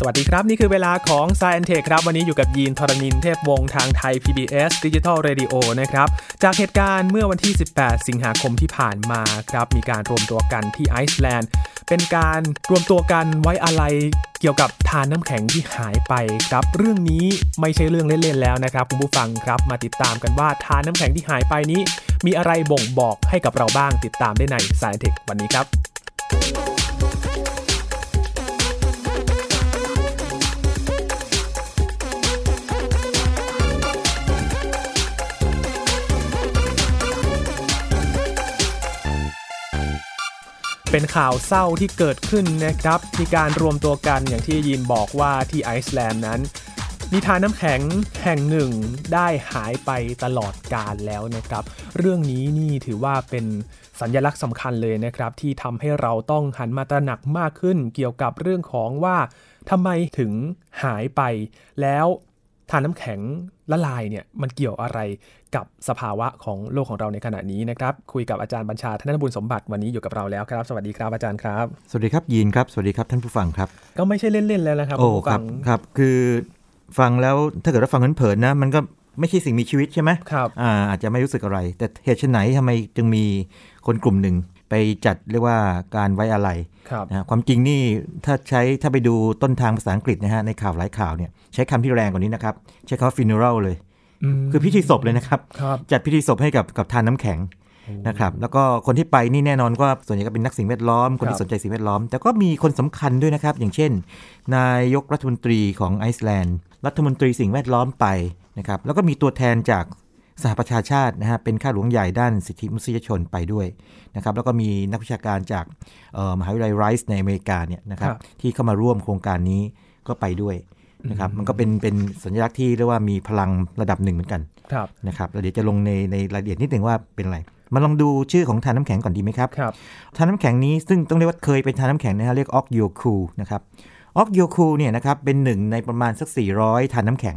สวัสดีครับ นี่คือเวลาของ s ซ i e n t e c h ครับ วันนี้อยู่กับยีนทรณินเทพวงศ์ทางไทย PBS Digital Radio นะครับ จากเหตุการณ์เมื่อวันที่ 18 สิงหาคมที่ผ่านมาครับ มีการรวมตัวกันที่ไอซ์แลนด์ เป็นการรวมตัวกันไว้อะไรเกี่ยวกับทานน้ำแข็งที่หายไปครับ เรื่องนี้ไม่ใช่เรื่องเล่นๆแล้วนะครับคุณผู้ฟังครับมาติดตามกันว่าทานน้ำแข็งที่หายไปนี้ มีอะไรบ่งบอกให้กับเราบ้างติดตามได้ใน s ซ i e n t e c h วันนี้ครับ เป็นข่าวเศร้าที่เกิดขึ้นนะครับ มีการรวมตัวกันอย่างที่ยีนบอกว่าที่ไอซ์แลนด์นั้น นิทานน้ำแข็งแห่งหนึ่งได้หายไปตลอดกาลแล้วนะครับ เรื่องนี้นี่ถือว่าเป็นสัญญลักษณ์สำคัญเลยนะครับ ที่ทำให้เราต้องหันมาตระหนักมากขึ้น เกี่ยวกับเรื่องของว่าทำไมถึงหายไป แล้วทานน้ำแข็งละลายเนี่ยมันเกี่ยวอะไรกับสภาวะของโลกของเราในขณะนี้นะครับ คุยกับอาจารย์บัญชาธนบุญสมบัติวันนี้อยู่กับเราแล้วครับ สวัสดีครับอาจารย์ครับ สวัสดีครับยีนครับ สวัสดีครับท่านผู้ฟังครับ ก็ไม่ใช่เล่นๆแล้วนะครับ โอ้ ผู้ ค ฟั รับครับ คือฟังแล้วถ้าเกิดว่าฟังเผินๆนะ มันก็ไม่ใช่สิ่งมีชีวิตใช่ไหม ครับ อ่าอาจจะไม่รู้สึกอะไร แต่เหตุไฉนทำไมจึงมีคนกลุ่มหนึ่ง ไปจัดเรียกว่าการไว้อะไร ครับ นะฮะความจริงนี่ถ้าใช้ถ้าไปดูต้นทางภาษาอังกฤษนะฮะในข่าวหลายข่าวเนี่ยใช้คำที่แรงกว่านี้นะครับ ใช้คำว่า funeral เลย คือพิธีศพเลยนะครับ ครับ จัดพิธีศพให้กับกับทานน้ำแข็งนะครับ แล้วก็คนที่ไปนี่แน่นอนว่าส่วนใหญ่ก็เป็นนักสิ่งแวดล้อม คน ครั ที่ บ สนใจสิ่งแวดล้อม แต่ก็มีคนสำคัญด้วยนะครับ อย่างเช่น นายกรัฐมนตรีของไอซ์แลนด์ รัฐมนตรีสิ่งแวดล้อมไปนะครับ แล้วก็มีตัวแทนจากสหประชาชาตินะฮะ เป็นข้าหลวงใหญ่ด้านสิทธิมนุษยชนไปด้วยนะครับ แล้วก็มีนักวิชาการจากเอ่อมหาวิทยาลัยไรซ์ในอเมริกาเนี่ยนะครับ ครับ ที่เข้ามาร่วมโครงการนี้ก็ไปด้วยนะครับ มันก็เป็นเป็นสัญลักษณ์ที่เรียกว่ามีพลังระดับหนึ่งเหมือนกัน ครับ นะครับแล้วเดี๋ยวจะลงในในรายละเอียดนิดหนึ่งว่าเป็นอะไร มาลองดูชื่อของทานน้ำแข็งก่อนดีไหมครับ ครับ ทานน้ำแข็งนี้ซึ่งต้องเรียกว่าเคยเป็นทานน้ำแข็งนะฮะเรียกออกโยคูนะครับออกโยคูเนี่ยนะครับเป็นหนึ่งในประมาณสัก 400 ทานน้ำแข็ง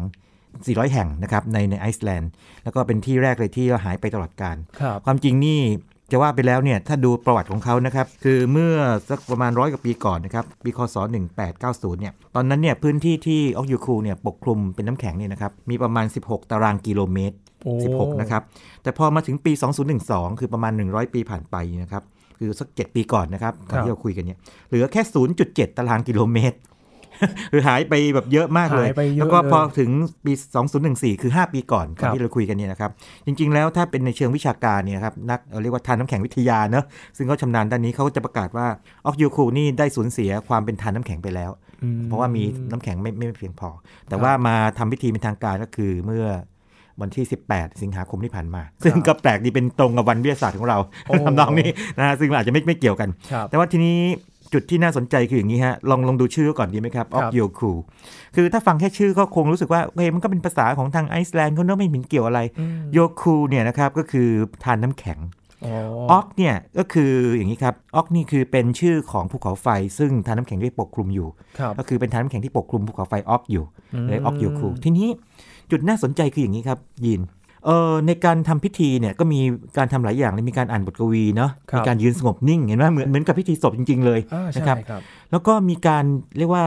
400 แห่งนะครับในในไอซ์แลนด์แล้วก็เป็นที่แรกเลยที่หายไปตลอดกาล ครับ ความจริงนี่จะว่าไปแล้วเนี่ยถ้าดูประวัติของเขานะครับ คือเมื่อสักประมาณร้อยกว่าปีก่อนนะครับ ปีคศ 1890 เนี่ยตอนนั้นเนี่ยพื้นที่ที่ออกยูคูเนี่ยปกคลุมเป็นน้ำแข็งเนี่ยนะครับมีประมาณ 16 ตารางกิโลเมตร โอ้ 16 นะครับ แต่พอมาถึงปี 2012 คือประมาณ 100 ปีผ่านไปนะครับ คือสัก 7 ปีก่อนนะครับตอนที่เราคุยกันเนี่ยเหลือแค่ 0.7 ตารางกิโลเมตร คือหายไปแบบเยอะมากเลย หายไปเยอะ แล้วก็พอ เลย ถึงปี 2014 คือ 5 ปีก่อน ครับ ที่เราคุยกันเนี่ยนะครับ จริงๆ แล้วถ้าเป็นในเชิงวิชาการเนี่ยครับนักเอ่อเรียกว่าทานน้ำแข็งวิทยาเนอะซึ่งเขาชำนาญด้านนี้เขาก็จะประกาศว่าออกยูคูนี่ได้สูญเสียความเป็นทานน้ำแข็งไปแล้ว อืม เพราะว่ามีน้ำแข็งไม่ไม่เพียงพอ แต่ ครับ ว่ามาทำพิธีเป็นทางการก็คือเมื่อวันที่ 18 สิงหาคมที่ผ่านมา ซึ่งก็แปลกดีเป็นตรงกับวันวิทยาศาสตร์ของเรา โอ้ ทำนองนี้นะฮะซึ่งมันอาจจะไม่ไม่เกี่ยวกัน ครับ แต่ว่าทีนี้จุดที่น่าสนใจคืออย่างนี้ฮะ ลองลองดูชื่อก่อนดีไหมครับอ ค อ รั ก บ โยคูคือถ้าฟังแค่ชื่อก็คงรู้สึกว่าเฮ้ยมันก็เป็นภาษาของทางไอซ์แลนด์เขาเนอะไม่เห็นเกี่ยวอะไร อืม โยคูเนี่ยนะครับก็คือทานน้ำแข็ง อ๋อ ออกเนี่ยก็คืออย่างนี้ครับออกนี่คือเป็นชื่อของภูเขาไฟ ซึ่งทานน้ำแข็งได้ปกคลุมอยู่ ครับ ก็คือเป็นฐานน้ำแข็งที่ปกคลุมภูเขาไฟออกอยู่ อืม เลยออกอยู่คูทีนี้จุดน่าสนใจคืออย่างนี้ครับยินเออในการทำพิธีเนี่ยก็มีการทำหลายอย่างเลยมีการอ่านบทกวีเนาะ ครับ มีการยืนสงบนิ่งเห็นไหมเหมือนเหมือนกับพิธีศพจริง ๆ เลย อ่าใช่ นะ ค ค รั รั บบ ครับ แล้วก็มีการเรียกว่า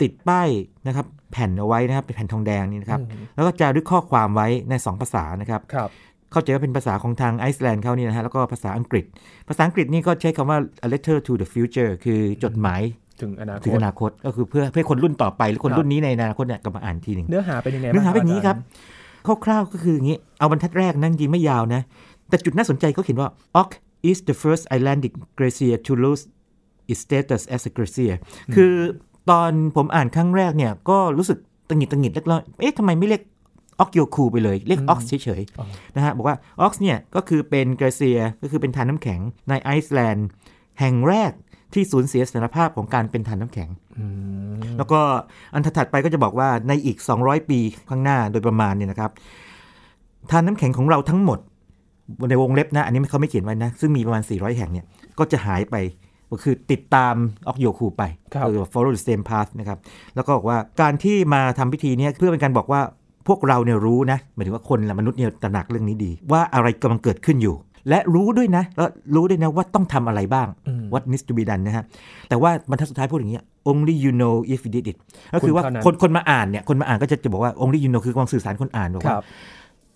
ติดป้ายนะครับแผ่นเอาไว้นะครับเป็นแผ่นทองแดงนี่นะครับ อืม แล้วก็จารึกข้อความไว้ในสองภาษานะครับ ครับ เข้าใจว่าเป็นภาษาของทางไอซ์แลนด์เขาเนี่ยนะฮะแล้วก็ภาษาอังกฤษ ภาษาอังกฤษนี่ก็ใช้คำว่า a letter to the future คือจดหมาย ถึงอนาค ถึง ต อนาคตก็คือเพื่อเพื่อคนรุ่นต่อไป หรือคนรุ่นนี้ในอนาคตเนี่ยกลับมาอ่านทีหนึ่ง เนื้อหาเป็นยังไง เนื้อหาเป็งนอย่างนี้ครับคร่าวๆก็คืออย่างนี้เอาบรรทัดแรกนั่นจริงไม่ยาวนะ แต่จุดน่าสนใจเขาเขียนว่า Ork is the first Icelandic glacier to lose its status as a glacier คือตอนผมอ่านครั้งแรกเนี่ย ก็รู้สึกตังหงิดตังหงิดเล็กน้อยเอ๊ะทำไมไม่เรียกออกโยคูไปเลย เรียกออกเฉยๆนะฮะบอกว่าออกเนี่ยก็คือเป็นกรเซียก็คือเป็นทานน้ำแข็งในไอซ์แลนด์แห่งแรกที่สูญเสียสถารภาพของการเป็นทานน้ำแข็ง อืม แล้วก็อันถัดไปก็จะบอกว่าในอีก 200 ปีข้างหน้าโดยประมาณเนี่ยนะครับทานน้ำแข็งของเราทั้งหมด ในวงเล็บนะ อันนี้เขาไม่เขียนไว้นะ ซึ่งมีประมาณ 400 แห่งเนี่ย ก็จะหายไปก็คือติดตามออกโยคูไปก็คือ follow the same path นะครับ แล้วก็บอกว่าการที่มาทำพิธีเนี้เพื่อเป็นการบอกว่าพวกเราเนี่ยรู้นะหมายถึงว่าคนละมนุษย์เนี่ยตระหนักเรื่องนี้ดี ว่าอะไรกำลังเกิดขึ้นอยู่ และรู้ด้วยนะแล้วรู้ด้วยนะว่าต้องทำอะไรบ้าง อืม what needs to be done นะฮะ แต่ว่าบรรทัดสุดท้ายพูดอย่างเงี้ย only you know if you did it ก็คือว่า คุณเท่านั้น คนคนมาอ่านเนี่ย คนมาอ่านก็จะจะบอกว่า only you know คือกำลังสื่อสารคนอ่านบอก ค ว่า รับ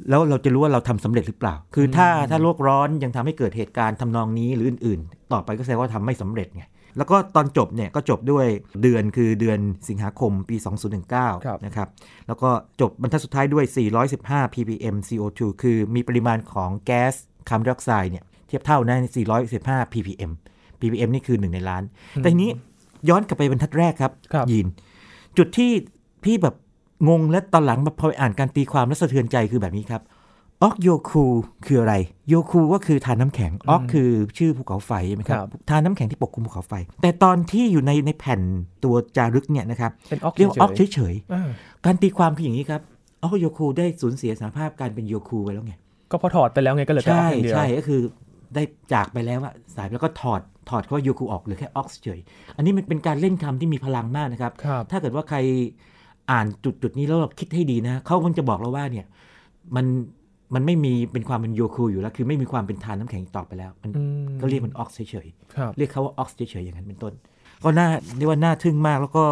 แล้วเราจะรู้ว่าเราทำสำเร็จหรือเปล่า คือถ้าถ้าโลกร้อนยังทำให้เกิดเหตุการณ์ทำนองนี้หรืออื่น ๆ ต่อไปก็แสดงว่าทำไม่สำเร็จไง แล้วก็ตอนจบเนี่ยก็จบด้วยเดือนคือเดือนสิงหาคมปี ครับ 2019 นะครับ แล้วก็จบบรรทัดสุดท้ายด้วย 415 ppm CO2 คือมีปริมาณของแก๊สคาร์บอนไดออกไซด์เนี่ยเทียบเท่านะ415 ppm ppm นี่คือ 1 ในล้าน แต่ทีนี้ย้อนกลับไปบรรทัดแรกครับ ครับ ยีน จุดที่พี่แบบงงและตอนหลังมาพอไปอ่านการตีความและสะเทือนใจคือแบบนี้ครับ ออกโยคูคืออะไร โยคูก็คือทานน้ำแข็ง ออกคือชื่อภูเขาไฟใช่ไหมครั ครับ บ ทานน้ำแข็งที่ปกคลุมภูเขาไฟ แต่ตอนที่อยู่ในในแผ่นตัวจารึกเนี่ยนะครับ เป็นออก เรียกว่าออก ฉย เฉย ๆอ่า ๆ การตีความคืออย่างนี้ครับออกโยคูได้สูญเสียสารภาพการเป็นโยคูไปแล้วไง ก็พอถอดไปแล้วไงก็เหลือแต่อ ใช่ อกอย่างเดียว ใช่ก็คือได้จากไปแล้วอะสายไปแล้วก็ถอดถอดเขาว่าโยคูออกเหรือแค่ออกเฉยๆอันนี้มันเป็นการเล่นคำที่มีพลังมากนะครับ ครับ ถ้าเกิดว่าใครอ่านจุดจุดนี้แล้วเราคิดให้ดีนะเขาคงจะบอกเราว่าเนี่ยมันมันไม่มีเป็นความเป็นโยคูอยู่แล้วคือไม่มีความเป็นทานน้ำแข็งอีกต่อไปแล้ว มัน อืม ก็เรียกมันออกเฉยๆ ครับ เรียกเขาว่าออกเฉยๆอย่างนั้นเป็นต้น ก็น่าเรียกว่าน่าทึ่งมากแล้วก็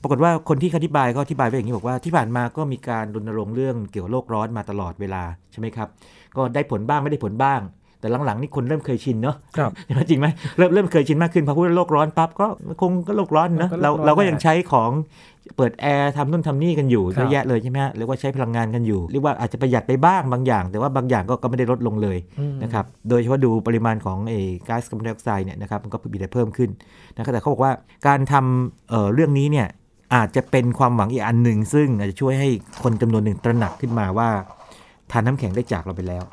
ปรากฏว่าคนที่เขาอธิบายก็อธิบายไว้อย่างนี้บอกว่าที่ผ่านมาก็มีการรณรงค์เรื่องเกี่ยวกับโลกร้อนมาตลอดเวลาใช่ไหมครับ ก็ได้ผลบ้างไม่ได้ผลบ้าง แต่หลังๆนี่คนเริ่มเคยชินเนาะ ครับ จริงไหมเริ่มเริ่มเคยชินมากขึ้นพอพูดว่าโลกร้อนปั๊บก็คงก็โลกร้อนเนาะ ก็โลกร้อน เราเราก็ยัง แหละ ใช้ของเปิดแอร์ทำนู่นทำนี่กันอยู่ ครับเยอะแยะเลยใช่ไหมฮะเรียกว่าใช้พลังงานกันอยู่เรียกว่าอาจจะประหยัดไปบ้างบางอย่าง แต่ว่าบางอย่างก็ก็ไม่ได้ลดลงเลย อืม นะครับ โดยเฉพาะดูปริมาณของไอ้ก๊าซคาร์บอนไดออกไซด์เนี่ยนะครับ มันก็มีแต่เพิ่มขึ้นนะครับแต่เขาบอกว่าการทำเอ่อเรื่องนี้เนี่ยอาจจะเป็นความหวังอีกอันหนึ่ง ซึ่งอาจจะช่วยให้คนจำนวนหนึ่งตระหนักขึ้นมาว่าทานน้ำแข็งได้จากเราไปแล้ว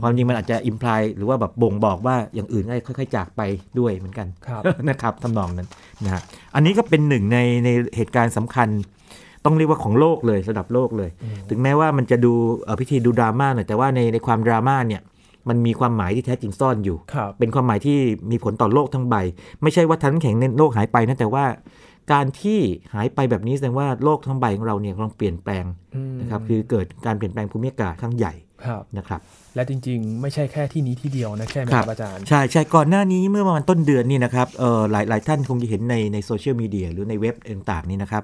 ความจริงมันอาจจะอิมพลายหรือว่าแบบบ่งบอกว่าอย่างอื่นก็ค่อย ๆ จากไปด้วยเหมือนกัน ครับ นะครับทำนองนั้นนะฮะอันนี้ก็เป็นหนึ่งในในเหตุการณ์สำคัญ ต้องเรียกว่าของโลกเลยระดับโลกเลย ถึงแม้ว่ามันจะดูเอ่อพิธีดูดราม่าหน่อยแต่ว่าในในความดราม่าเนี่ยมันมีความหมายที่แท้จริงซ่อนอยู่ ครับ เป็นความหมายที่มีผลต่อโลกทั้งใบ ไม่ใช่ว่าทั้งแข็งในโลกหายไปนะแต่ว่า การที่หายไปแบบนี้แสดงว่าโลกทั้งใบของเราเนี่ยกำลังเปลี่ยนแปลง อืม นะครับคือเกิดการเปลี่ยนแปลงภูมิอากาศครั้งใหญ่ ครับ นะครับ และจริงๆ ไม่ใช่แค่ที่นี้ที่เดียวนะใช่ไหม ค ค รั รับ บอาจารย์ ใช่ใช่ก่อนหน้านี้เมื่อประมาณต้นเดือนนี่นะครับเอ่อหลายหลายท่านคงจะเห็นในในโซเชียลมีเดียหรือในเว็บต่างๆนี่นะครับ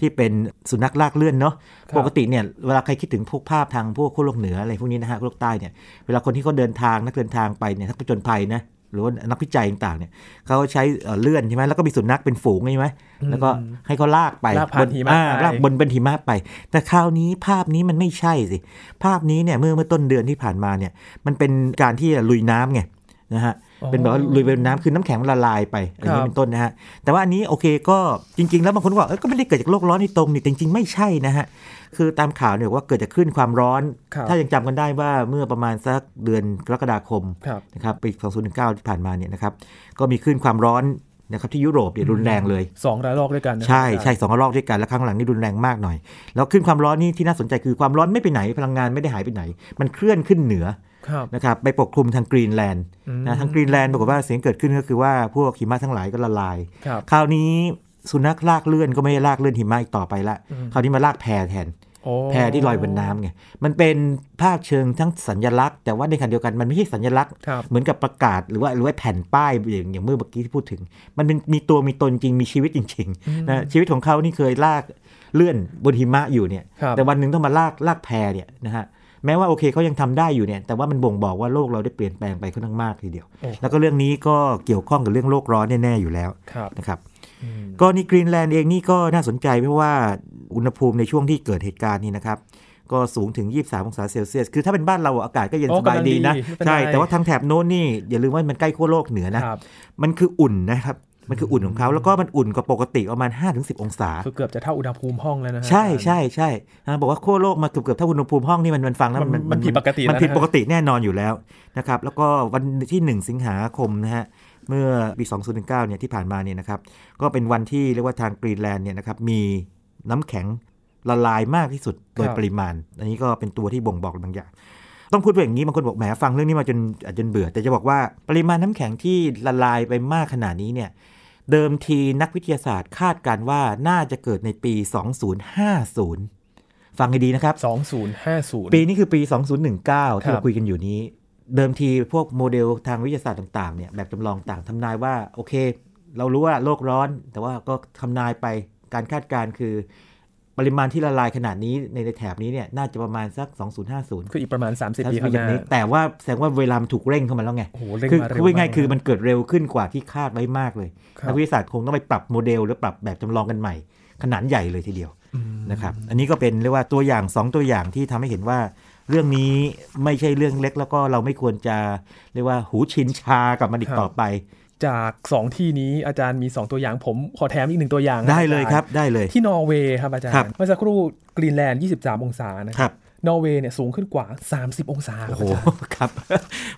ที่เป็นสุนัขลากเลื่อนเนาะ ครับ ปกติเนี่ยเวลาใครคิดถึงพวกภาพทางพวกขั้วโลกเหนืออะไรพวกนี้นะฮะขั้วโลกใต้เนี่ยเวลาคนที่เขาเดินทางนักเดินทางไปเนี่ยนักผจญภัยนะหรือว่านักวิจัยต่างๆเนี่ยเขาใช้เอ่อเลื่อนใช่ไหมแล้วก็มีสุนัขเป็นฝูงใช่ไหมแล้วก็ให้เขาลากไป ลากผ่าน บ หิมะ อ่า ไป ลากบนบนหิมะไป แต่คราวนี้ภาพนี้มันไม่ใช่สิภาพนี้เนี่ยเมื่อเมื่อต้นเดือนที่ผ่านมาเนี่ยมันเป็นการที่ลุยน้ำไงนะฮะ อ๋อ เป็นแบบว่าลุยไปบนน้ำคือน้ำแข็งมันละลายไปอันคนี้รับ เป็นต้นนะฮะ แต่ว่าอันนี้โอเคก็จริง ๆ แล้วบางคนก็บอกเอ้ยก็ไม่ได้เกิดจากโลกร้อนโดยตรงนี่แต่จริง ๆ ไม่ใช่นะฮะ คือตามข่าวเนี่ยบอกว่าเกิดจากคลื่นความร้อน ครับ ถ้ายังจำกันได้ว่าเมื่อประมาณสักเดือนกรกฎาคม ครับ นะครับปี 2019 ที่ผ่านมาเนี่ยนะครับก็มีคลื่นความร้อนนะครับที่ยุโรปเนี่ยรุนแรงเลย สองระลอกด้วยกันนะ ใช่ ครับอาจารย์ ใช่สองรอบด้วยกันแล้วครั้งหลังนี่รุนแรงมากหน่อย แล้วขึ้นความร้อนนี่ที่น่าสนใจคือความร้อนไม่ไปไหนพลังงานไม่ได้หายไปไหน มันเคลื่อนขึ้นเหนือ ครับ นะครับไปปกคลุมทางกรีนแลนด์นะทางกรีนแลนด์ปรากฏว่าสิ่งที่เกิดขึ้นก็คือว่าพวกหิมะทั้งหลายก็ละลาย ครับ คราวนี้สุนัขลากเลื่อนก็ไม่ได้ลากเลื่อนหิมะอีกต่อไปละคราวนี้มาลากแพแทน โอ้ แพที่ลอยบนน้ำไงมันเป็นภาพเชิงทั้งสัญลักษณ์ แต่ว่าในขณะเดียวกันมันไม่ใช่สัญลักษณ์ ครับ เหมือนกับประกาศหรือว่าหรือว่าแผ่นป้ายอย่างอย่างเมื่อเมื่อกี้ที่พูดถึง มันเป็นมีตัวมีตนจริงมีชีวิตจริงๆนะชีวิตของเขานี่เคยลากเลื่อนบนหิมะอยู่เนี่ย ครับ แต่วันหนึ่งต้องมาลากลากแพเนี่ยนะฮะแม้ว่าโอเคเขายังทำได้อยู่เนี่ยแต่ว่ามันบ่งบอกว่าโลกเราได้เปลี่ยนแปลงไปค่อนข้างมากทีเดียว โอ้โห แล้วก็เรื่องนี้ก็เกี่ยวข้องกับเรื่องโลกร้อนแน่ๆอยู่แล้ว ครับ นะครับ อืม กรณีกรีนแลนด์เองนี่ก็น่าสนใจเพราะว่าอุณหภูมิในช่วงที่เกิดเหตุการณ์นี้นะครับ ก็สูงถึง 23 องศาเซลเซียส คือถ้าเป็นบ้านเราอะอากาศก็เย็น โอ้ สบายดีนะ กำลังดีไม่เป็นไร ใช่ แต่ว่าทางแถบโน้นนี่ อย่าลืมว่ามันใกล้ขั้วโลกเหนือนะ ครับ มันคืออุ่นนะครับ มันคืออุ่นของเขาแล้วก็มันอุ่นกว่าปกติประมาณ 5-10 องศา คือเกือบจะเท่าอุณหภูมิห้องแล้วนะฮะ ใช่ อาจารย์ ใช่ใช่อ่าบอกว่าขั้วโลกมาเกือบเกือบๆเท่าอุณหภูมิห้องนี่มันมันฟังแล้ว มันมันผิดปกติ มัแล้นวนะ ผิดปกติแน่นอนอยู่แล้วนะครับแล้วก็วันที่ 1 สิงหาคมนะฮะเมื่อปี 2019เนี่ยที่ผ่านมาเนี่ยนะครับก็เป็นวันที่เรียกว่าทางกรีนแลนด์เนี่ยนะครับมีน้ำแข็งละลายมากที่สุดโดย ครับ ปริมาณ อันนี้ก็เป็นตัวที่บ่งบอกบางอย่าง ต้องพูดไปอย่างนี้บางคนบอกแหมฟังเรื่องนี้มาจนอาจจนเบื่อ แต่จะบอกว่าปริมาณน้ำแข็งที่ละลายไปมากขนาดนี้เนี่ย เดิมทีนักวิทยาศาสตร์คาดการณ์ว่าน่าจะเกิดในปี 2050 ฟังให้ดีนะครับ สองศูนย์ห้าศูนย์ ปีนี้คือปี 2019ครัที่เรา บ คุยกันอยู่นี้ เดิมทีพวกโมเดลทางวิทยาศาสตร์ต่างๆเนี่ยแบบจำลองต่างทำนายว่า โอเค เรารู้ว่าโลกร้อน แต่ว่าก็ทำนายไปการคาดการณ์คือ ปริมาณที่ละลายขนาดนี้ในในแถบนี้เนี่ยน่าจะประมาณสัก 2050 คืออีกประมาณ 30 ปี ถ้า ข้าง อ ห ย่าง น้า นี้แต่ว่าแสดงว่าเวลามันถูกเร่งเข้ามาแล้วไง โอ้โหเร่ง คือ มาเร็ว คือว่าง่าย กะ คือมันเกิดเร็วขึ้นกว่าที่คาดไว้มากเลย ครับ นักวิทยาศาสตร์คงต้องไปปรับโมเดลหรือปรับแบบจำลองกันใหม่ ขนาดใหญ่เลยทีเดียว อืม นะครับ อันนี้ก็เป็นเรียกว่าตัวอย่าง 2 ตัวอย่างที่ทำให้เห็นว่า เรื่องนี้ไม่ใช่เรื่องเล็กแล้วก็เราไม่ควรจะเรียกว่าหูชินชากับมันอีกต่อไป จาก 2 ที่นี้อาจารย์มี 2 ตัวอย่างผมขอแถมอีกหนึ่งตัวอย่างนะ ได้เลย อา ค จา รับได้เลย ที่นอร์เวย์ครับอาจาร ครับ ย์เมื่อสักครู่กรีนแลนด์ 23 องศานะ ค ครับ รับ นอร์เวย์เนี่ยสูงขึ้นกว่า 30 องศาค โอ้ รับ โห อาจารย์ ครับ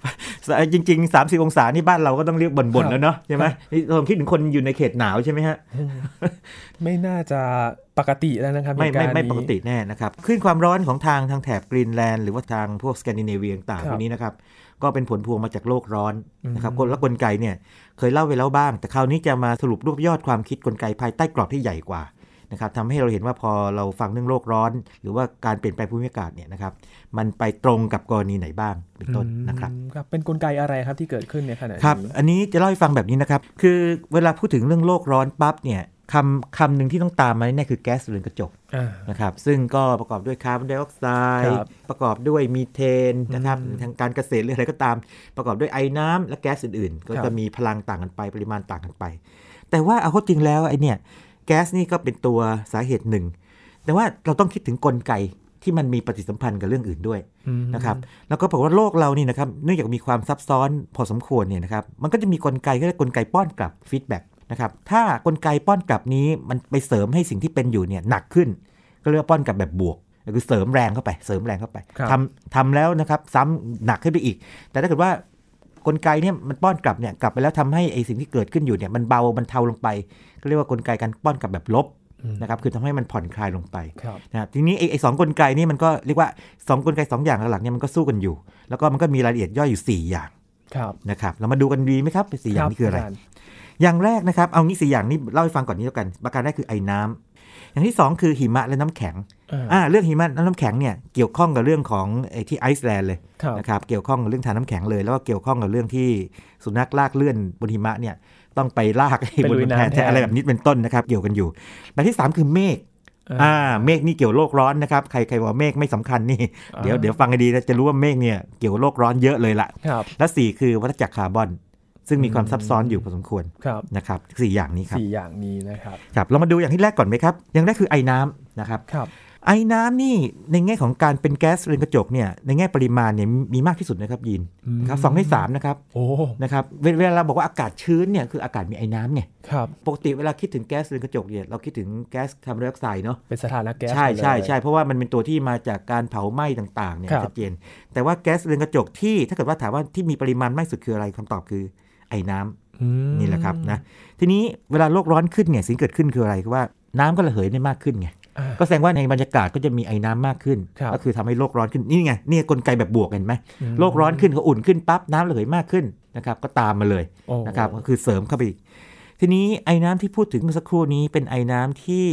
จริง ๆ 30 องศานี่บ้านเราก็ต้องเรียกบ่นๆแล้วเนาะใช่ไหมนี่ลองคิดถึงคนอยู่ในเขตหนาวใช่ไหมฮะ ไม่น่าจะปกติแล้วนะครับ ไม่ เหตุา ไม่ รณ์ ไม่ นี้ ปกติแน่นะครับคลื่นความร้อนของทางทางแถบกรีนแลนด์หรือว่าทางพวกสแกนดิเนเวียต่าง ครับๆพวกนี้นะครับก็เป็นผลพวงมาจากโลกร้อนนะครับแล้วกลไกเนี่ยเคยเล่าไปแล้วบ้าง แต่คราวนี้จะมาสรุปรวบยอดความคิดกลไกภายใต้กรอบที่ใหญ่กว่านะครับทำให้เราเห็นว่าพอเราฟังเรื่องโลกร้อน หรือว่าการเปลี่ยนแปลงภูมิอากาศเนี่ยนะครับมันไปตรงกับกรณีไหนบ้างเป็นต้นนะครับ อืมครับ เป็นกลไกอะไรครับที่เกิดขึ้นในขณะ ครับ นี้ อันนี้จะเล่าให้ฟังแบบนี้นะครับ คือเวลาพูดถึงเรื่องโลกร้อนปั๊บเนี่ยคำคำหนึ่งที่ต้องตามมาแน่ๆคือแก๊สเรือนกระจก อ่า นะครับซึ่งก็ประกอบด้วยคาร์บอนไดออกไซด์ ครับ ประกอบด้วยมีเทนนะครับ อืม ทางการเกษตรหรืออะไรก็ตาม ประกอบด้วยไอ้น้ำและแก๊สอื่นๆ ก็ ครั จะ บ มีพลังต่างกันไปปริมาณต่างกันไป แต่ว่าเอาเข้าจริงแล้วไอ้เนี่ยแก๊สนี่ก็เป็นตัวสาเหตุหนึ่ง แต่ว่าเราต้องคิดถึงกลไกที่มันมีปฏิสัมพันธ์กับเรื่องอื่นด้วย อืม นะครับแล้วก็บอกว่าโลกเรานี่นะครับเนื่องจากมีความซับซ้อนพอสมควรเนี่ยนะครับมันก็จะมีกลไกก็เรียกกลไกป้อนกลับฟีดแบ็กนะครับถ้ากลไกป้อนกลับนี้มันไปเสริมให้สิ่งที่เป็นอยู่เนี่ยหนักขึ้น ก็เรียกว่าป้อนกลับแบบบวกก็คือเสริมแรงเข้าไปเสริมแรงเข้าไป ครับ ทำทำแล้วนะครับซ้ำหนักขึ้นไปอีก แต่ถ้าเกิดว่ากลไกเนี่ยมันป้อนกลับเนี่ยกลับไปแล้วทำให้ไอสิ่งที่เกิดขึ้นอยู่เนี่ยมันเบามันเทาลงไป ก็เรียกว่ากลไกการป้อนกลับแบบลบนะครับคือทำให้มันผ่อนคลายลงไป ครับ นะครับทีนี้ไอ้ไอ้สองกลไกนี่มันก็เรียกว่า 2 กลไก 2 อย่างหลักๆเนี่ยมันก็สู้กันอยู่ แล้วก็มันก็มีรายละเอียดย่อยอยู่ 4 อย่าง ครับ นะครับเรามาดูกันดีไหมครับสี่อย่างนี่คืออะไร าจารย์ อย่างแรกนะครับ เอางี้สี่อย่างนี้เล่าให้ฟังก่อนนี้แล้วกัน ประการแรกคือไอ้น้ำอย่างที่สองคือหิมะและน้ำแข็ง อ่า อ่าเรื่องหิมะและน้ำแข็งเนี่ยเกี่ยวข้องกับเรื่องของไอ้ที่ไอซ์แลนด์เลย ครับ นะครับเกี่ยวข้องกับเรื่องทานน้ำแข็งเลยแล้วก็เกี่ยวข้องกับเรื่องที่สุนัขลากเลื่อนบนหิมะเนี่ยต้องไปลากไอ้บนแผ่นแทนอะไรแบบนี้เป็นต้นนะครับเกี่ยวกันอยู่แบบที่สามคือเมฆ อ่า อ่าเมฆนี่เกี่ยวโลกร้อนนะครับ ใครใครบอกว่าเมฆไม่สำคัญนี่ อ่า เดี๋ยวเดี๋ยวฟังให้ดีนะจะรู้ว่าเมฆเนี่ยเกี่ยวโลกร้อนเยอะเลยละ ครับ และสี่คือวัฏจักรคาร์บอน ซึ่งมีความซับซ้อนอยู่พอสมควร ครับ นะครับสี่อย่างนี้ครับ สี่อย่างนี้นะครับ ครับ เรามาดูอย่างที่แรกก่อนไหมครับ อย่างแรกคือไอ้น้ำนะครับ ครับ ไอ้น้ำนี่ในแง่ของการเป็นแก๊สเรือนกระจกเนี่ยในแง่ปริมาณเนี่ยมีมากที่สุดนะครับยิน อืม ครับสองในสามนะครับ โอ้ นะครับเวเวลาเราบอกว่าอากาศชื้นเนี่ยคืออากาศมีไอ้น้ำไง ครับ ปกติเวลาคิดถึงแก๊สเรือนกระจกเนี่ยเราคิดถึงแก๊สคาร์บอนไดออกไซด์เนาะ เป็นสถานะแก๊ส ใช่ ไปเลย ใช่ใช่เพราะว่ามันเป็นตัวที่มาจากการเผาไหม้ต่างๆเนี่ย ครับ ชัดเจน แต่ว่าแก๊สเรือนกระจกที่ถ้าเกิดว่าถามว่าที่มีปริมาณมากที่สุดคืออะไรคำตอบคือไอ้น้ำ อืม นี่แหละครับนะทีนี้เวลาโลกร้อนขึ้นเนี่ยสิ่งเกิดขึ้นคืออะไรคือว่าน้ำก็ระเหยได้มากขึ้นไง อ่า ก็แสดงว่าในบรรยากาศก็จะมีไอ้น้ำมากขึ้น ครับ ก็คือทำให้โลกร้อนขึ้นนี่ไงนี่กลไกแบบบวกเห็นไหม อืม โลกร้อนขึ้นก็อุ่นขึ้นปั๊บน้ำระเหยมากขึ้นนะครับก็ตามมาเลย โอ้ นะครับก็คือเสริมเข้าไปอีกทีนี้ไอ้น้ำที่พูดถึงเมื่อสักครู่นี้เป็นไอ้น้ำที่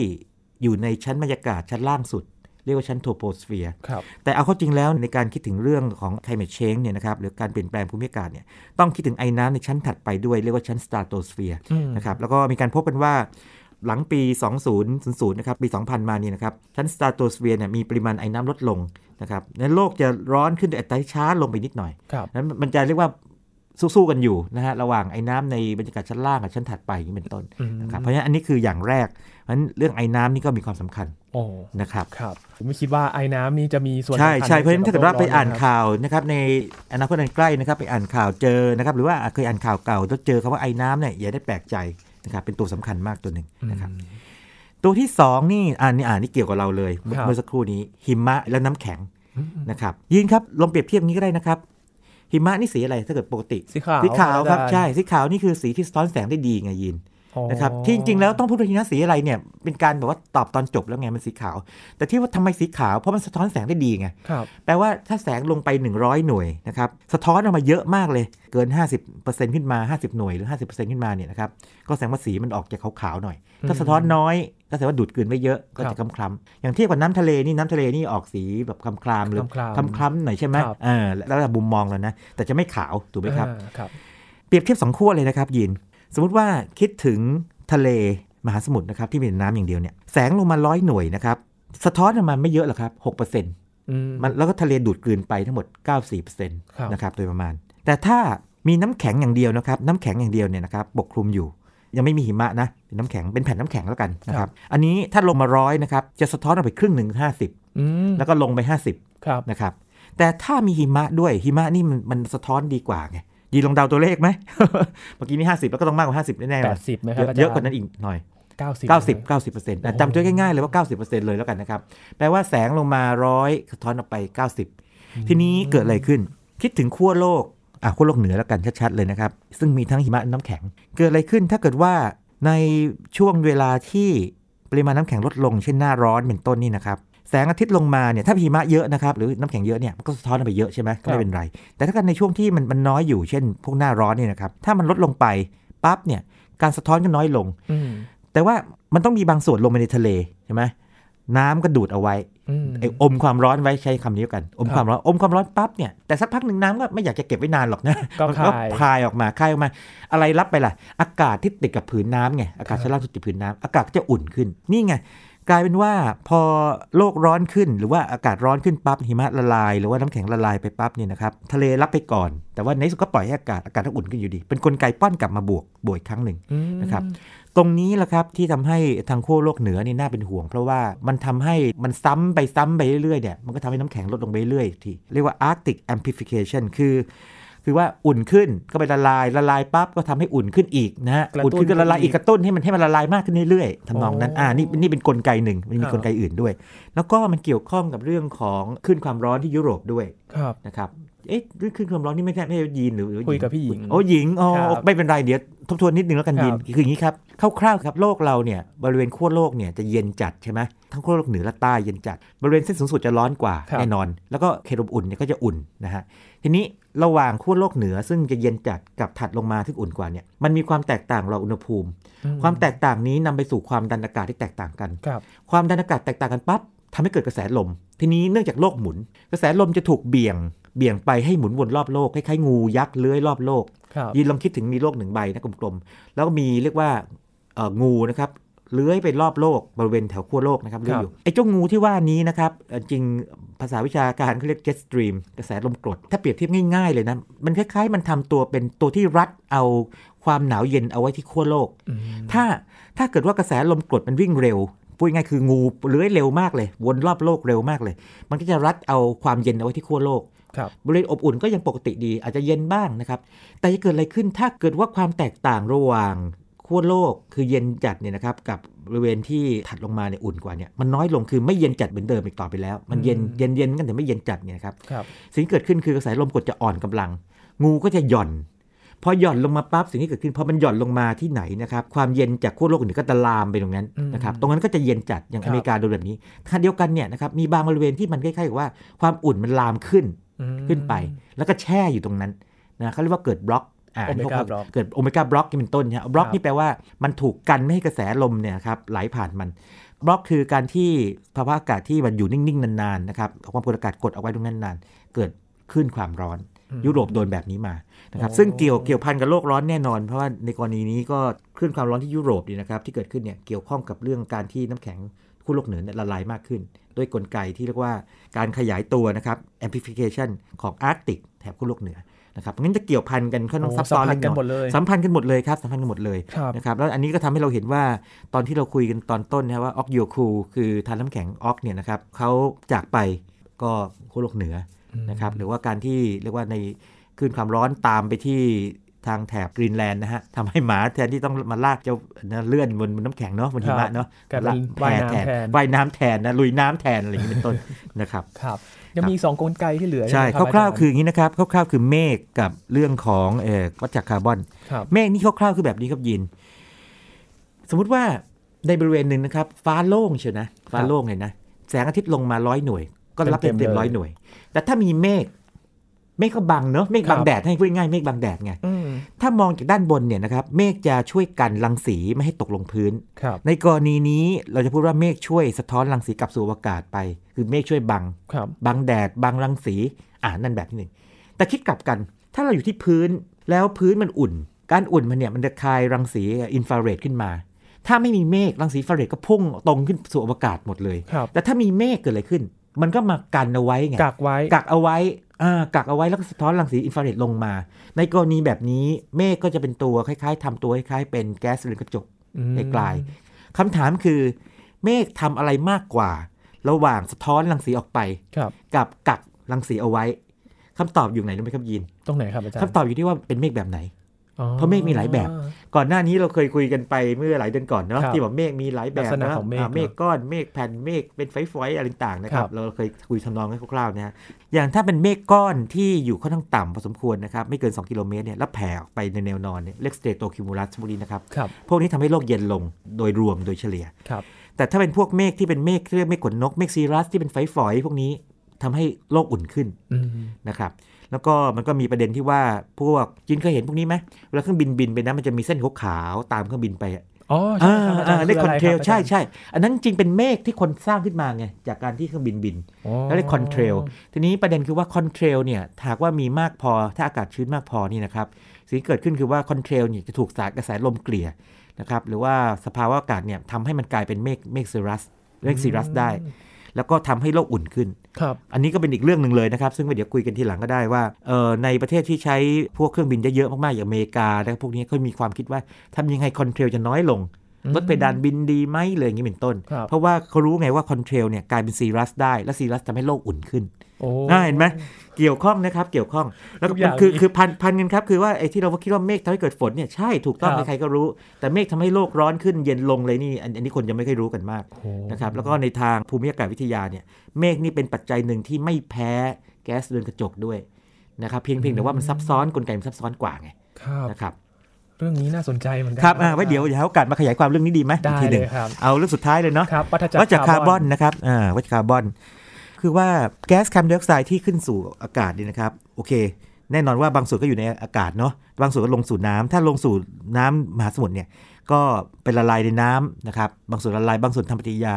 อยู่ในชั้นบรรยากาศชั้นล่างสุด เรียกว่าชั้นโทโปสเฟียร์ ครับ แต่เอาเข้าจริงแล้วในการคิดถึงเรื่องของ climate change เนี่ยนะครับหรือการเปลี่ยนแปลงภูมิอากาศเนี่ยต้องคิดถึงไอ้น้ำในชั้นถัดไปด้วย เรียกว่าชั้นสตาร์โตสเฟียร์ อืม นะครับแล้วก็มีการพบกันว่าหลังปี 2000นะครับปี 2000 มาเนี่ยนะครับชั้นสตาร์โตสเฟียร์เนี่ยมีปริมาณไอ้น้ำลดลงนะครับนั้นโลกจะร้อนขึ้นแต่อัตราที่ช้าลงไปนิดหน่อย ครับ นั้นมันจะเรียกว่าสู้ๆกันอยู่นะฮะระหว่างไอ้น้ำในบรรยากาศชั้นล่างกับชั้นถัดไปอย่างนี้เป็นต้น อืม นะครับเพราะฉะนั้นอันนี้คืออย่างแรกเพราะฉะนั้นเรื่องไอ้น้ำนี่ก็มีความสำคัญ โอ้ นะครับ ครับ ผมไม่คิดว่าไอ้น้ำนี่จะมีส่วน ใช่ สำคัญ ใช่เพราะฉะนั้นถ้าเกิดว่าไปอ่าน ใ ข่าวนะครับในอนาคตอันใกล้นะครับไปอ่านข่าวเจอนะครับหรือว่าเคยอ่านข่าวเก่าแล้วเจอคำว่าไอ้น้ำเนี่ยอย่าได้แปลกใจนะครับเป็นตัวสำคัญมากตัวหนึ่ง อืม นะครับตัวที่สองนี่อ่านนี่อ่านนี่เกี่ยวกับเราเลยเมื่อ ครับ เมื่อสักครู่นี้หิมะและน้ำแข็งนะครับยินครับลองเปรียบเทียบอย่างนี้ก็ได้นะครับหิมะนี่สีอะไรถ้าเกิดปกติ สีขาว สีขาวครับ อจย์ ใช่สีขาวนี่คือสีที่สะท้อนแสงได้ดีไงยิน อ๋อ นะครับที่จริงๆแล้วต้องพูดว่าหิมะสีอะไรเนี่ยเป็นการแบบว่าตอบตอนจบแล้วไงมันสีขาว แต่ที่ว่าทำไมสีขาวเพราะมันสะท้อนแสงได้ดีไง ครับ แปลว่าถ้าแสงลงไป 100 หน่วยนะครับสะท้อนออกมาเยอะมากเลยเกิน 50%ขึ้นมา 50 หน่วยหรือ 50%ขึ้นมาเนี่ยนะครับก็แสดงว่าสีมันออกจะขาวๆหน่อย ถ้าสะท้อนน้อยก็แสดงว่าดูดกลืนไม่เยอะก็จะคล้ำๆอย่างเทียบกับน้ำทะเลนี่น้ำทะเลนี่ออกสีแบบคล้ำๆหรือ คล้ำๆ คล้ำๆหน่อยใช่ไหม ครับ เออแล้วแต่มุมมองแล้วนะแต่จะไม่ขาวถูกไหมครับ อ่าครับ เปรียบเทียบสองขั้วเลยนะครับยิน สมมติว่าคิดถึงทะเลมหาสมุทรนะครับที่มีแต่น้ำอย่างเดียวเนี่ยแสงลงมาร้อยหน่วยนะครับสะท้อนออกมาไม่เยอะหรอกครับ6% อืม มันแล้วก็ทะเลดูดกลืนไปทั้งหมด 94%น ครับ ะครับโดยประมาณ แต่ถ้ามีน้ำแข็งอย่างเดียวนะครับน้ำแข็งอย่างเดียวเนี่ยนะครับปกคลุมอยู่ ยังไม่มีหิมะนะเป็นน้ำแข็งเป็นแผ่นน้ำแข็งแล้วกันนะครับอันนี้ถ้าลงมาร้อยนะครับจะสะท้อนออกไปครึ่งหนึ่ง50 อืม แล้วก็ลงไป 50 ครับ นะครับแต่ถ้ามีหิมะด้วยหิมะนี่มันมันสะท้อนดีกว่าไงยีลองเดาตัวเลขไหม เมื่อกี้นี่50 แล้วก็ต้องมากกว่า 50 แน่ๆ แป ละ ดสิบไหมค เย รับ อะ อาจาร เยอะกว่านั้นอีกหน่อย เก้าสิบ 90 90เปอร์เซ็นต์จำตัวง่ายๆเลยว่า 90เปอร์เซ็นต์เลยแล้วกันนะครับ แปลว่าแสงลงมาร้อยสะท้อนออกไป 90 ทีนี้เกิดอะไรขึ้น คิดถึงขั้วโลกอ่ะขั้วโลกเหนือแล้วกันชัดๆเลยนะครับ ซึ่งมีทั้งหิมะและน้ำแข็ง เกิดอะไรขึ้นถ้าเกิดว่าในช่วงเวลาที่ปริมาณน้ำแข็งลดลงเช่นหน้าร้อนเป็นต้นนี่นะครับ แสงอาทิตย์ลงมาเนี่ยถ้าหิมะเยอะนะครับหรือน้ำแข็งเยอะเนี่ยมันก็สะท้อนออกไปเยอะใช่ไหมครัก็ไม่ บ เป็นไร แต่ถ้าเกิดในช่วงที่มันมันน้อยอยู่เช่น พวกหน้าร้อนเนี่ยนะครับถ้ามันลดลงไปปั๊บเนี่ยการสะท้อนก็น้อยลง อืม แต่ว่ามันต้องมีบางส่วนลงไปในทะเลใช่ไหมน้ำก็ดูดเอาไว้ อืม ไออมความร้อนไว้ใช้คำนี้กัน อม ครับ ความร้อนอมความร้อนปั๊บเนี่ยแต่สักพักหนึ่งน้ำก็ไม่อยากจะเก็บไว้นานหรอกนะ ก็ มัน คาย ก็คายออกมาคายออกมา อะไรรับไปล่ะ อากาศที่ติดกับผืนน้ำไงอากาศชั้นล่างสุดติดผืนน้ำอากาศก็จะอุ่นขึ้น นี่ไงกลายเป็นว่าพอโลกร้อนขึ้น หรือว่าอากาศร้อนขึ้นปั๊บหิมะละลาย หรือว่าน้ำแข็งละลายไปปั๊บเนี่ยนะครับทะเลรับไปก่อน แต่ว่าในที่สุดก็ปล่อยให้อากาศอากาศก็อุ่นขึ้นอยู่ดี เป็นกลไกป้อนกลับมาบวกบวกอีกครั้งหนึ่ง อืม นะครับตรงนี้แหละครับที่ทำให้ทางขั้วโลกเหนือนี่น่าเป็นห่วง เพราะว่ามันทำให้มันซ้ำไปซ้ำไปเรื่อยๆเนี่ยมันก็ทำให้น้ำแข็งลดลงไปเรื่อยๆทีเรียกว่า Arctic amplification คือ คือว่าอุ่นขึ้นก็ไปละลายละลายปั๊บก็ทำให้อุ่นขึ้นอีกนะฮะ กระตุ้น อุ่นขึ้นก็ละลายอีกกระตุ้นให้มันให้มันละลายมากขึ้นเรื่อยๆทำนองนั้น อ๋ออ่ อ่านี่นี่เป็นกลไกหนึ่งมันมี อ่า กลไกอื่นด้วย แล้วก็มันเกี่ยวข้องกับเรื่องของคลื่นความร้อนที่ยุโรปด้วย ครับ นะครับ เอ๊ะเรื่องคลื่นความร้อนนี่ไม่ใช่ไม่ใช่ยีนหรือหรือ คุยกับพี่หญิง โอ้หญิง อ๋อ ครับ ไม่เป็นไร เดี๋ยวทบทวนนิดนึงแล้วกัน ครับ ยีน คืออย่างนี้ครับ คร่าวๆครับ โลกเราเนี่ย บริเวณขั้วโลกเนี่ยจะเย็นจัดใช่ไหมทั้งขั้วโลกเหนือและใต้เย็นจัด บริเวณเส้นศูนย์สูตรจะร้อนกว่า ครับ แน่นอน แล้วก็เขตลมอุ่นเนี่ยก็จะอุ่นนะฮะ ทีนี้ระหว่างขั้วโลกเหนือซึ่งจะเย็นจัดกับถัดลงมาที่อุ่นกว่าเนี่ย มันมีความแตกต่างเราอุณหภูมิ อื ความแตกต่างนี้นำไปสู่ความดันอากาศที่แตกต่างกัน ครับ ความดันอากาศแตกต่างกันปั๊บทำให้เกิดกระแสลม ทีนี้เนื่องจากโลกหมุน กระแสลมจะถูกเบี่ยง เบี่ยงไปให้หมุนวนรอบโลกคล้ายๆงูยักษ์เลื้อยรอบโลก ครับ ยีนลองคิดถึงมีโลกหนึ่งใบนะกลมๆแล้วก็มีเรียกว่าเอ่องูนะครับเลื้อยไปรอบโลกบริเวณแถวขั้วโลกนะครับเลื้อยอยู่ไอ้เจ้างูที่ว่านี้นะครับเอ่อจริงภาษาวิชาการเขาเรียก jet stream กระแสลมกรดถ้าเปรียบเทียบง่ายๆเลยนะมันคล้ายๆ มันทำตัวเป็นตัวที่รัดเอาความหนาวเย็นเอาไว้ที่ขั้วโลก อืม ถ้าถ้าเกิดว่ากระแสลมกรดมันวิ่งเร็วพูดง่ายๆคืองูเลื้อยเร็วมากเลย วนรอบโลกเร็วมากเลย มันก็จะรัดเอาความเย็นเอาไว้ที่ขั้วโลก ครับ บริเวณอบอุ่นก็ยังปกติดีอาจจะเย็นบ้างนะครับ แต่จะเกิดอะไรขึ้นถ้าเกิดว่าความแตกต่างระหว่างขั้วโลกคือเย็นจัดเนี่ยนะครับกับบริเวณที่ถัดลงมาเนี่ยอุ่นกว่าเนี่ยมันน้อยลงคือไม่เย็นจัดเหมือนเดิมอีกต่อไปแล้ว มันเย็น อืม เย็นเย็นกันแต่ไม่เย็นจัดเนี่ยนะครับ ครับ สิ่งที่เกิดขึ้นคือกระแสลมกดจะอ่อนกำลัง งูก็จะหย่อน พอหย่อนลงมาปั๊บสิ่งที่เกิดขึ้นพอมันหย่อนลงมาที่ไหนนะครับความเย็นจากขั้วโลกเหนือก็จะลามไปตรงนั้น อืม นะครับตรงนั้นก็จะเย็นจัดอย่าง ครับ อเมริกาโดนแบบนี้ขณะเดียวกันเนี่ยนะครับมีบางบริเวณที่มันคล้ายๆกับว่าความอุ่นมันลามขึ้น อืม ขึ้นไป แล้วก็แช่อยู่ตรงนั้นนะเขาเรียกว่าเกิดบล็อกอ่า Omega block เกิดโอเมก้าบล็อกที่เป็นต้นนะบล็อคกรับ นี่แปลว่ามันถูกกันไม่ให้กระแสลมเนี่ยครับไหลผ่านมัน บล็อกคือการที่ภาวะอากาศที่มันอยู่นิ่งๆนานๆนะครับเอาความกดอากาศกดเอาไว้ตรงนั้นนานเกิดคลื่นความร้อน อืม ยุโรปโดนแบบนี้มานะครับ โอ้ ซึ่งเกี่ยวเกี่ยวพันกับโลกร้อนแน่นอน เพราะว่าในกรณีนี้ก็คลื่นความร้อนที่ยุโรปดีนะครับที่เกิดขึ้นเนี่ยเกี่ยวข้องกับเรื่องการที่น้ำแข็งคู่โลกเหนือเนี่ยละลายมากขึ้น ด้วยกลไกที่เรียกว่าการขยายตัวนะครับ amplification ของอาร์กติกแถบคู่โลกเหนือนะครับงั้นจะเกี่ยวพันกันค่อนข้างซับ โอ้ ซ้อน สัมพันธ์กันหเล็อยมดเลย สัมพันธ์กันหมดเลยครับสัมพันธ์กันหมดเลย ครับ นะครับแล้วอันนี้ก็ทำให้เราเห็นว่าตอนที่เราคุยกันตอนต้นนะครับว่าออกโยคูคือทานน้ำแข็งออกเนี่ยนะครับเขาจากไปก็ขั้วโลกเหนืออ ม นะครับหรือว่าการที่เรียกว่าในคลื่นความร้อนตามไปที่ทางแถบกรีนแลนด์นะฮะทำให้หมาแทนที่ต้องมาลากเจ้าเลื่อนบนบนน้ำแข็งเนาะบนหิมะเนาะ กลายเป็น ล ว่าย ก น้ำ แทน แทน ว่ายน้ำแทนนะลุยน้ำแทนอะไรอย่างนี้เป็นต้น นะครับ ครับยัง ครับ มีสองกลไกที่เหลือ ใช่ ไหมบ คร่าว จ ๆคืออย่างนี้นะครับคร่าวๆคือเมฆกับเรื่องของเอ่อวัฏจักรคาร์บอน ครับ เมฆนี่คร่าวๆคือแบบนี้ครับยิน สมมุติว่าในบริเวณหนึ่งนะครับ ฟ้าโล่งเชียวนะ ฟ้าโล่งเลยนะ แสงอาทิตย์ลงมาร้อยหน่วย ก็รับเต็ม เต็ เต็ มๆเลยมร้อยหน่วย แต่ถ้ามีเมฆเมฆก็บังเนอะเมฆคบัง รับ แดดให้พูดง่ายๆเมฆบังแดดไง อืม ถ้ามองจากด้านบนเนี่ยนะครับเมฆจะช่วยกันรังสีไม่ให้ตกลงพื้น ครับ ในกรณีนี้เราจะพูดว่าเมฆช่วยสะท้อนรังสีกลับสู่อากาศไป คือเมฆช่วยบัง ครับ บังแดดบังรังสีอ่านั่นแบบที่หนึ่งแต่คิดกลับกัน ถ้าเราอยู่ที่พื้นแล้วพื้นมันอุ่น การอุ่นมันเนี่ยมันจะคายรังสีอินฟราเรดขึ้นมา ถ้าไม่มีเมฆรังสีอินฟราเรดก็พุ่งตรงขึ้นสู่อวกาศหมดเลย ครับ แต่ถ้ามีเมฆเกิดอะไรขึ้น มันก็มากันเอาไว้ไง กักไว้ กักเอาไว้อ่ากักเอาไว้แล้วก็สะท้อนรังสีอินฟราเรดลงมา ในกรณีแบบนี้เมฆก็จะเป็นตัวคล้าย ๆทำตัวคล้ายๆเป็นแก๊สเรือนกระจก อืม ไกลๆคำถามคือเมฆทำอะไรมากกว่า ระหว่างสะท้อนรังสีออกไป ครับ กับกักรังสีเอาไว้คำตอบอยู่ไหนรู้ไหมครับยีน ตรงไหนครับอาจาร คำ ย์ ตอบอยู่ที่ว่าเป็นเมฆแบบไหน อ๋อ เพราะเมฆมีหลายแบบ ก่อนหน้านี้เราเคยคุยกันไปเมื่อหลายเดือนก่อนเนาะ ครับ ที่บอกเมฆมีหลายแบ ลั บ กษณะ นะ ของเมฆ อ่า เนอะ เมฆก้อนเมฆแผ่นเมฆเป็นไฟฟอยๆอะไรต่างๆนะค ครั รับ บ เราเคยคุยทำนองกันคร่าวๆนะฮะอย่างถ้าเป็นเมฆก้อนที่อยู่ค่อนข้างต่ำพอสมควรนะครับไม่เกิน 2 กิโลเมตรเนี่ยแล้วแผ่ออกไปในแนวนอนเนี่ยเรียกสเตโตคิมูลัสพวกนี้นะครับ ครับ พวกนี้ทำให้โลกเย็นลงโดยรวมโดยเฉลี่ย ครับ แต่ถ้าเป็นพวกเมฆที่เป็นเมฆเรียกเมฆขนนกเมฆซีรัสที่เป็นไฟฝอยพวกนี้ทำให้โลกอุ่นขึ้น อืม นะครับแล้วก็มันก็มีประเด็นที่ว่าพวกจินเคยเห็นพวกนี้ไหมเวลาเครื่องบินบินไปนะมันจะมีเส้นขาวๆตามเครื่องบินไปอะ อ๋อ ใช่ครับอาจารย์ เรียกคอนเทรล บาจา ใช่ ย์ ใช่อันนั้นจริงเป็นเมฆที่คนสร้างขึ้นมาไงจากการที่เครื่องบินบิน แล้วเรียกคอนเทรลทีนี้ประเด็นคือว่าคอนเทรลเนี่ยหากว่ามีมากพอถ้าอากาศชื้นมากพอนี่นะครับสิ่งที่เกิดขึ้นคือว่าคอนเทรลเนี่ยจะถูกสารกระแสลมเกลี่ยนะครับหรือว่าสภาวะอากาศเนี่ยทำให้มันกลายเป็นเมฆเมฆซีรัสเมฆซีรัสได้ แล้วก็ทำให้โลกอุ่นขึ้น ครับ อันนี้ก็เป็นอีกเรื่องหนึ่งเลยนะครับ ซึ่งเดี๋ยวคุยกันทีหลังก็ได้ว่าเอ่อในประเทศที่ใช้พวกเครื่องบินเยอะๆมากๆอย่างอเมริกาและพวกนี้เขามีความคิดว่าทำยังไงคอนเทรลจะน้อยลงลดเพดานบินดีไหมเลยอย่างนี้เป็นต้น ครับ เพราะว่าเขารู้ไงว่าคอนเทรลเนี่ยกลายเป็นซีรัสได้และซีรัสทำให้โลกอุ่นขึ้น โอ้ น่าเห็นไหมเกี่ยวข้องนะครับเกี่ยวข้องแล้วก็ ทุกอย่าง คือ มี คือพันพันกันครับคือว่าไอ้ที่เราคิดว่าเมฆทำให้เกิดฝนเนี่ยใช่ถูกต้อง ครับ ใครๆก็รู้ แต่เมฆทำให้โลกร้อนขึ้นเย็นลงเลยนี่อันอันนี้คนยังไม่ค่อยรู้กันมาก โห นะครับแล้วก็ในทางภูมิอากาศวิทยาเนี่ยเมฆนี่เป็นปัจจัยหนึ่งที่ไม่แพ้แก๊สเรือนกระจกด้วยนะครับเพียงเพียงแต่ว่ามันซับซ้อนกลไกมันซับซ้อนกว่าไง ครับ นะครับ เรื่องนี้น่าสนใจเหมือนกั ครับอ่ะไว้เดี๋ยวเดี๋ยวให้โอกาสมาขยายความเรื่องนี้ดีไหม ได้ อีกทีห เล นึ่ง ยครับ เอาเรื่องสุดท้ายเลยเนาะ ครับวัฏ วัช จั คาร์บอนนะครับอ่าวัชคาร์บอน คือว่าแก๊สคาร์บอนไดออกไซด์ที่ขึ้นสู่อากาศเนี่ยนะครับโอเค แน่นอนว่าบางส่วนก็อยู่ในอากาศเนาะบางส่วนก็ลงสู่น้ำถ้าลงสู่น้ำมหาสมุทรเนี่ยก็เป็นละลายในน้ำนะครับบางส่วนละลายบางส่วนทำปฏิกิริยา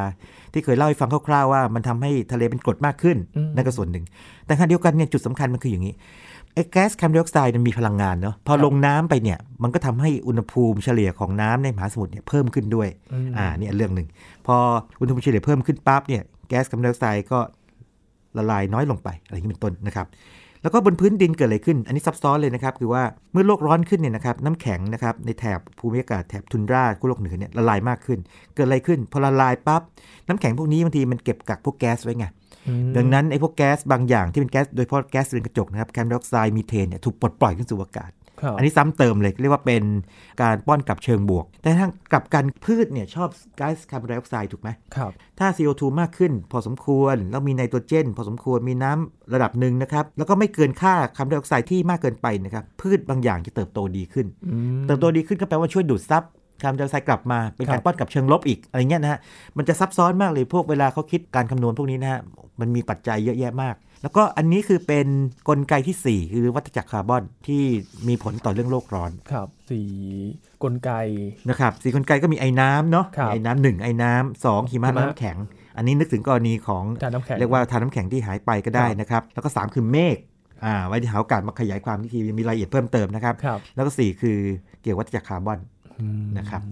ที่เคยเล่าให้ฟังคร่าวๆว่ามันทำให้ทะเลเป็นกรดมากขึ้นนั่นก็ส่วนหนึ่ง แต่ขณะเดียวกันเนี่ยจุดสำคัญมันคืออย่างนี้ไอ้แก๊สคาร์บอนไดออกไซด์มันมีพลังงานเนาะพอลงน้ำไปเนี่ยมันก็ทำให้อุณหภูมิเฉลี่ยของน้ำในมหาสมุทรเนี่ยเพิ่มขึ้นด้วยอ่าเนี่ยเรื่องหนึ่งพออุณหภูมิเฉลี่ยเพิ่มขึ้นปั๊บเนี่ยแก๊สคาร์บอนไดออกไซด์ก็ ละลายน้อยลงไปอะไรอย่างนี้เป็นต้นนะครับ แล้วก็บนพื้นดินเกิดอะไรขึ้น อันนี้ซับซ้อนเลยนะครับ คือว่าเมื่อโลกร้อนขึ้นเนี่ยนะครับน้ำแข็งนะครับในแถบภูมิอากาศแถบทุนราขั้วโลกเหนือเนี่ยละลายมากขึ้น เกิดอะไรขึ้น พอละลายปั๊บน้ำแข็งพวกนี้บางทีมันเก็บกักพวกแก๊สไว้ไง อืม ดังนั้นไอ้พวกแก๊สบางอย่างที่เป็นแก๊สโดยเฉพาะแก๊สเรือนกระจกนะครับคาร์บอนไดออกไซด์มีเทนเนี่ยถูกปลดปล่อยขึ้นสู่อากาศ ครับ อันนี้ซ้ำเติมเลยเรียกว่าเป็นการป้อนกลับเชิงบวก แต่ทางกลับกันพืชเนี่ยชอบแก๊สคาร์บอนไดออกไซด์ถูกไหม ครับ ถ้า CO2 มากขึ้นพอสมควร แล้วมีไนโตรเจน พอสมควรมีน้ำระดับหนึ่งนะครับ แล้วก็ไม่เกินค่าคาร์บอนไดออกไซด์ที่มากเกินไปนะครับ พืชบางอย่างจะเติบโตดีขึ้น อืม เติบโตดีขึ้นก็แปลว่าช่วยดูดซับคาร์บอนไดออกไซด์กลับมาเป็น ครั การ บ ป้อนกลับเชิงลบอีกอะไรเงี้ยนะฮะมันจะซับซ้อนมากเลยพวกเวลาเขาคิดการคำนวณพวกนี้นะฮะมันมีปัจจัยเยอะแยะมาก แล้วก็อันนี้คือเป็นกลไกทีสี่4 คือวัฏจักรคาร์บอนที่มีผลต่อเรื่องโลกร้อน ครับ สีกลไก นะครับสี่กลไกก็มีไอ้น้ำเนาะ ครับ ไอ้น้ำหนึ่งไอ้น้ำสองหิมะ หิมะ น้ำแข็ง อันนี้นึกถึงกรณีของ ทานน้ำแข็ง เรียกว่าทานน้ำแข็งที่หายไปก็ได้ ครับ นะครับ แล้วก็ 3 คือเมฆอ่าไว้ที่หาโอกาสมาขยายความที่ทียังมีรายละเอียดเพิ่มเติมนะครับ ครับ แล้วก็ 4 คือเกี่ยววัฏจักรคาร์บอน อืม นะครับ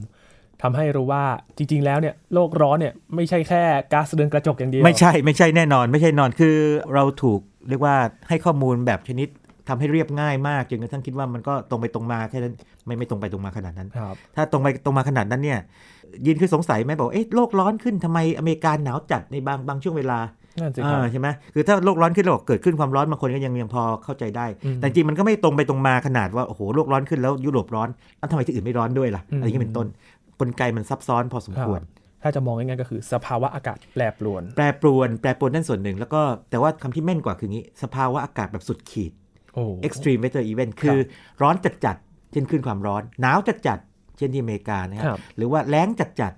ทำให้รู้ว่าจริง ๆ แล้วเนี่ยโลกร้อนเนี่ยไม่ใช่แค่ก๊าซเรือนกระจกอย่างเดียว ไม่ใช่ไม่ใช่แน่นอน ไม่ใช่นอนคือเราถูกเรียกว่าให้ข้อมูลแบบชนิดทำให้เรียบง่ายมากจนกระทั่งคิดว่ามันก็ตรงไปตรงมาแค่นั้นไม่ไม่ตรงไปตรงมาขนาดนั้น ครับ ถ้าตรงไปตรงมาขนาดนั้นเนี่ยยินคือสงสัยไหมบอกว่าเอ๊ะโลกร้อนขึ้นทำไมอเมริกาหนาวจัดในบางบางช่วงเวลา นั่นสิค อ่า รับ ใช่ไหมคือถ้าโลกร้อนขึ้นเราบอกเกิดขึ้นความร้อนบางคนก็ยังยังพอเข้าใจได้ แต่จริงมันก็ไม่ตรงไปตรงมาขนาดว่าโอ้โหโลกร้อนขึ้นแล้วยุโรปร้อนอ้าวทำไมที่อื่นไม่ร้อนด้วยล่ะ อืม อะไรอย่างนี้เป็นต้นกลไกมันซับซ้อนพอสมควร ถ้าจะมองง่ายๆก็คือสภาวะอากาศแปรปรวน แปรปรวนแปรปรวนนั่นส่วนหนึ่ง แล้วก็แต่ว่าคำที่แม่นกว่าคืองี้ สภาวะอากาศแบบสุดขีด โอ้ extreme weather event คือร้อนจัดจัดๆเช่นขึ้นความร้อน หนาวจัดจัดๆ เช่นที่อเมริกานะค ครั รั บบ หรือว่าแล้งจัด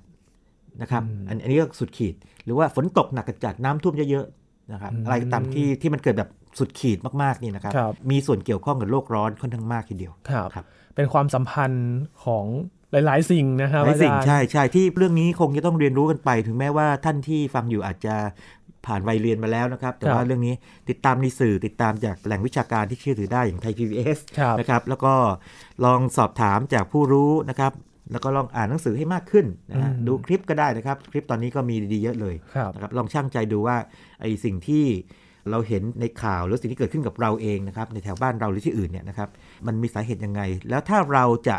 ๆนะครับอันอันนี้ก็สุดขีด หรือว่าฝนตกหนักจัดๆน้ำท่วมเยอะๆนะครับ อืม อะไรก็ตามที่ที่มันเกิดแบบสุดขีดมากๆนี่นะครับ ครับ มีส่วนเกี่ยวข้องกับโลกร้อนค่อนข้างมากทีเดียว ครับ ครับ เป็นความสัมพันธ์ของหลาย ๆ สิ่งนะครับ หลายสิ่ง อาจารย์ ใช่ใช่ที่เรื่องนี้คงจะต้องเรียนรู้กันไป ถึงแม้ว่าท่านที่ฟังอยู่อาจจะผ่านวัยเรียนมาแล้วนะครับ แต่ ครับ ว่าเรื่องนี้ติดตามในสื่อติดตามจากแหล่งวิชาการที่เชื่อถือได้อย่างไทย PBS ครับ นะครับแล้วก็ลองสอบถามจากผู้รู้นะครับ แล้วก็ลองอ่านหนังสือให้มากขึ้นนะฮะ อืม ดูคลิปก็ได้นะครับ คลิปตอนนี้ก็มีดีๆเยอะเลย ครับ นะครับลองช่างใจดูว่าไอ้สิ่งที่เราเห็นในข่าวหรือสิ่งที่เกิดขึ้นกับเราเองนะครับในแถวบ้านเราหรือที่อื่นเนี่ยนะครับมันมีสาเหตุยังไง แล้วถ้าเราจะ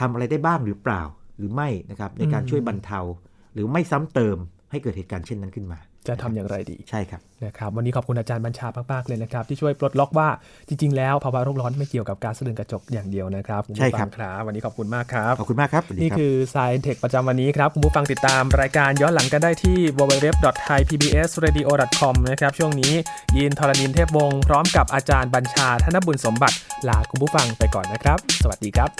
ทำอะไรได้บ้างหรือเปล่าหรือไม่นะครับในการ อืม ช่วยบรรเทา หรือไม่ซ้ำเติมให้เกิดเหตุการณ์เช่นนั้นขึ้นมา จะทำอย่างไรดี ใช่ครับ นะครับวันนี้ขอบคุณอาจารย์บัญชามาก ๆ เลยนะครับ ที่ช่วยปลดล็อกว่าจริง ๆ แล้วภาวะโลกร้อนไม่เกี่ยวกับก๊าซเรือนกระจกอย่างเดียวนะครับณผู้ ใช่ครับ ฟังครับ วันนี้ขอบคุณมากครับ ขอบคุณมากครับสวัสดี นี่ ครับ คือ Science Tech ประจำวันนี้ครับ คุณผู้ฟังติดตามรายการย้อนหลังกันได้ที่ www.thaipbsradio.com นะครับ ช่วงนี้ยินทรณินเทพวงศ์พร้อมกับอาจารย์บัญชาธนบุญสมบัติ ลาคุณผู้ฟังไปก่อนนะครับ สวัสดีครับ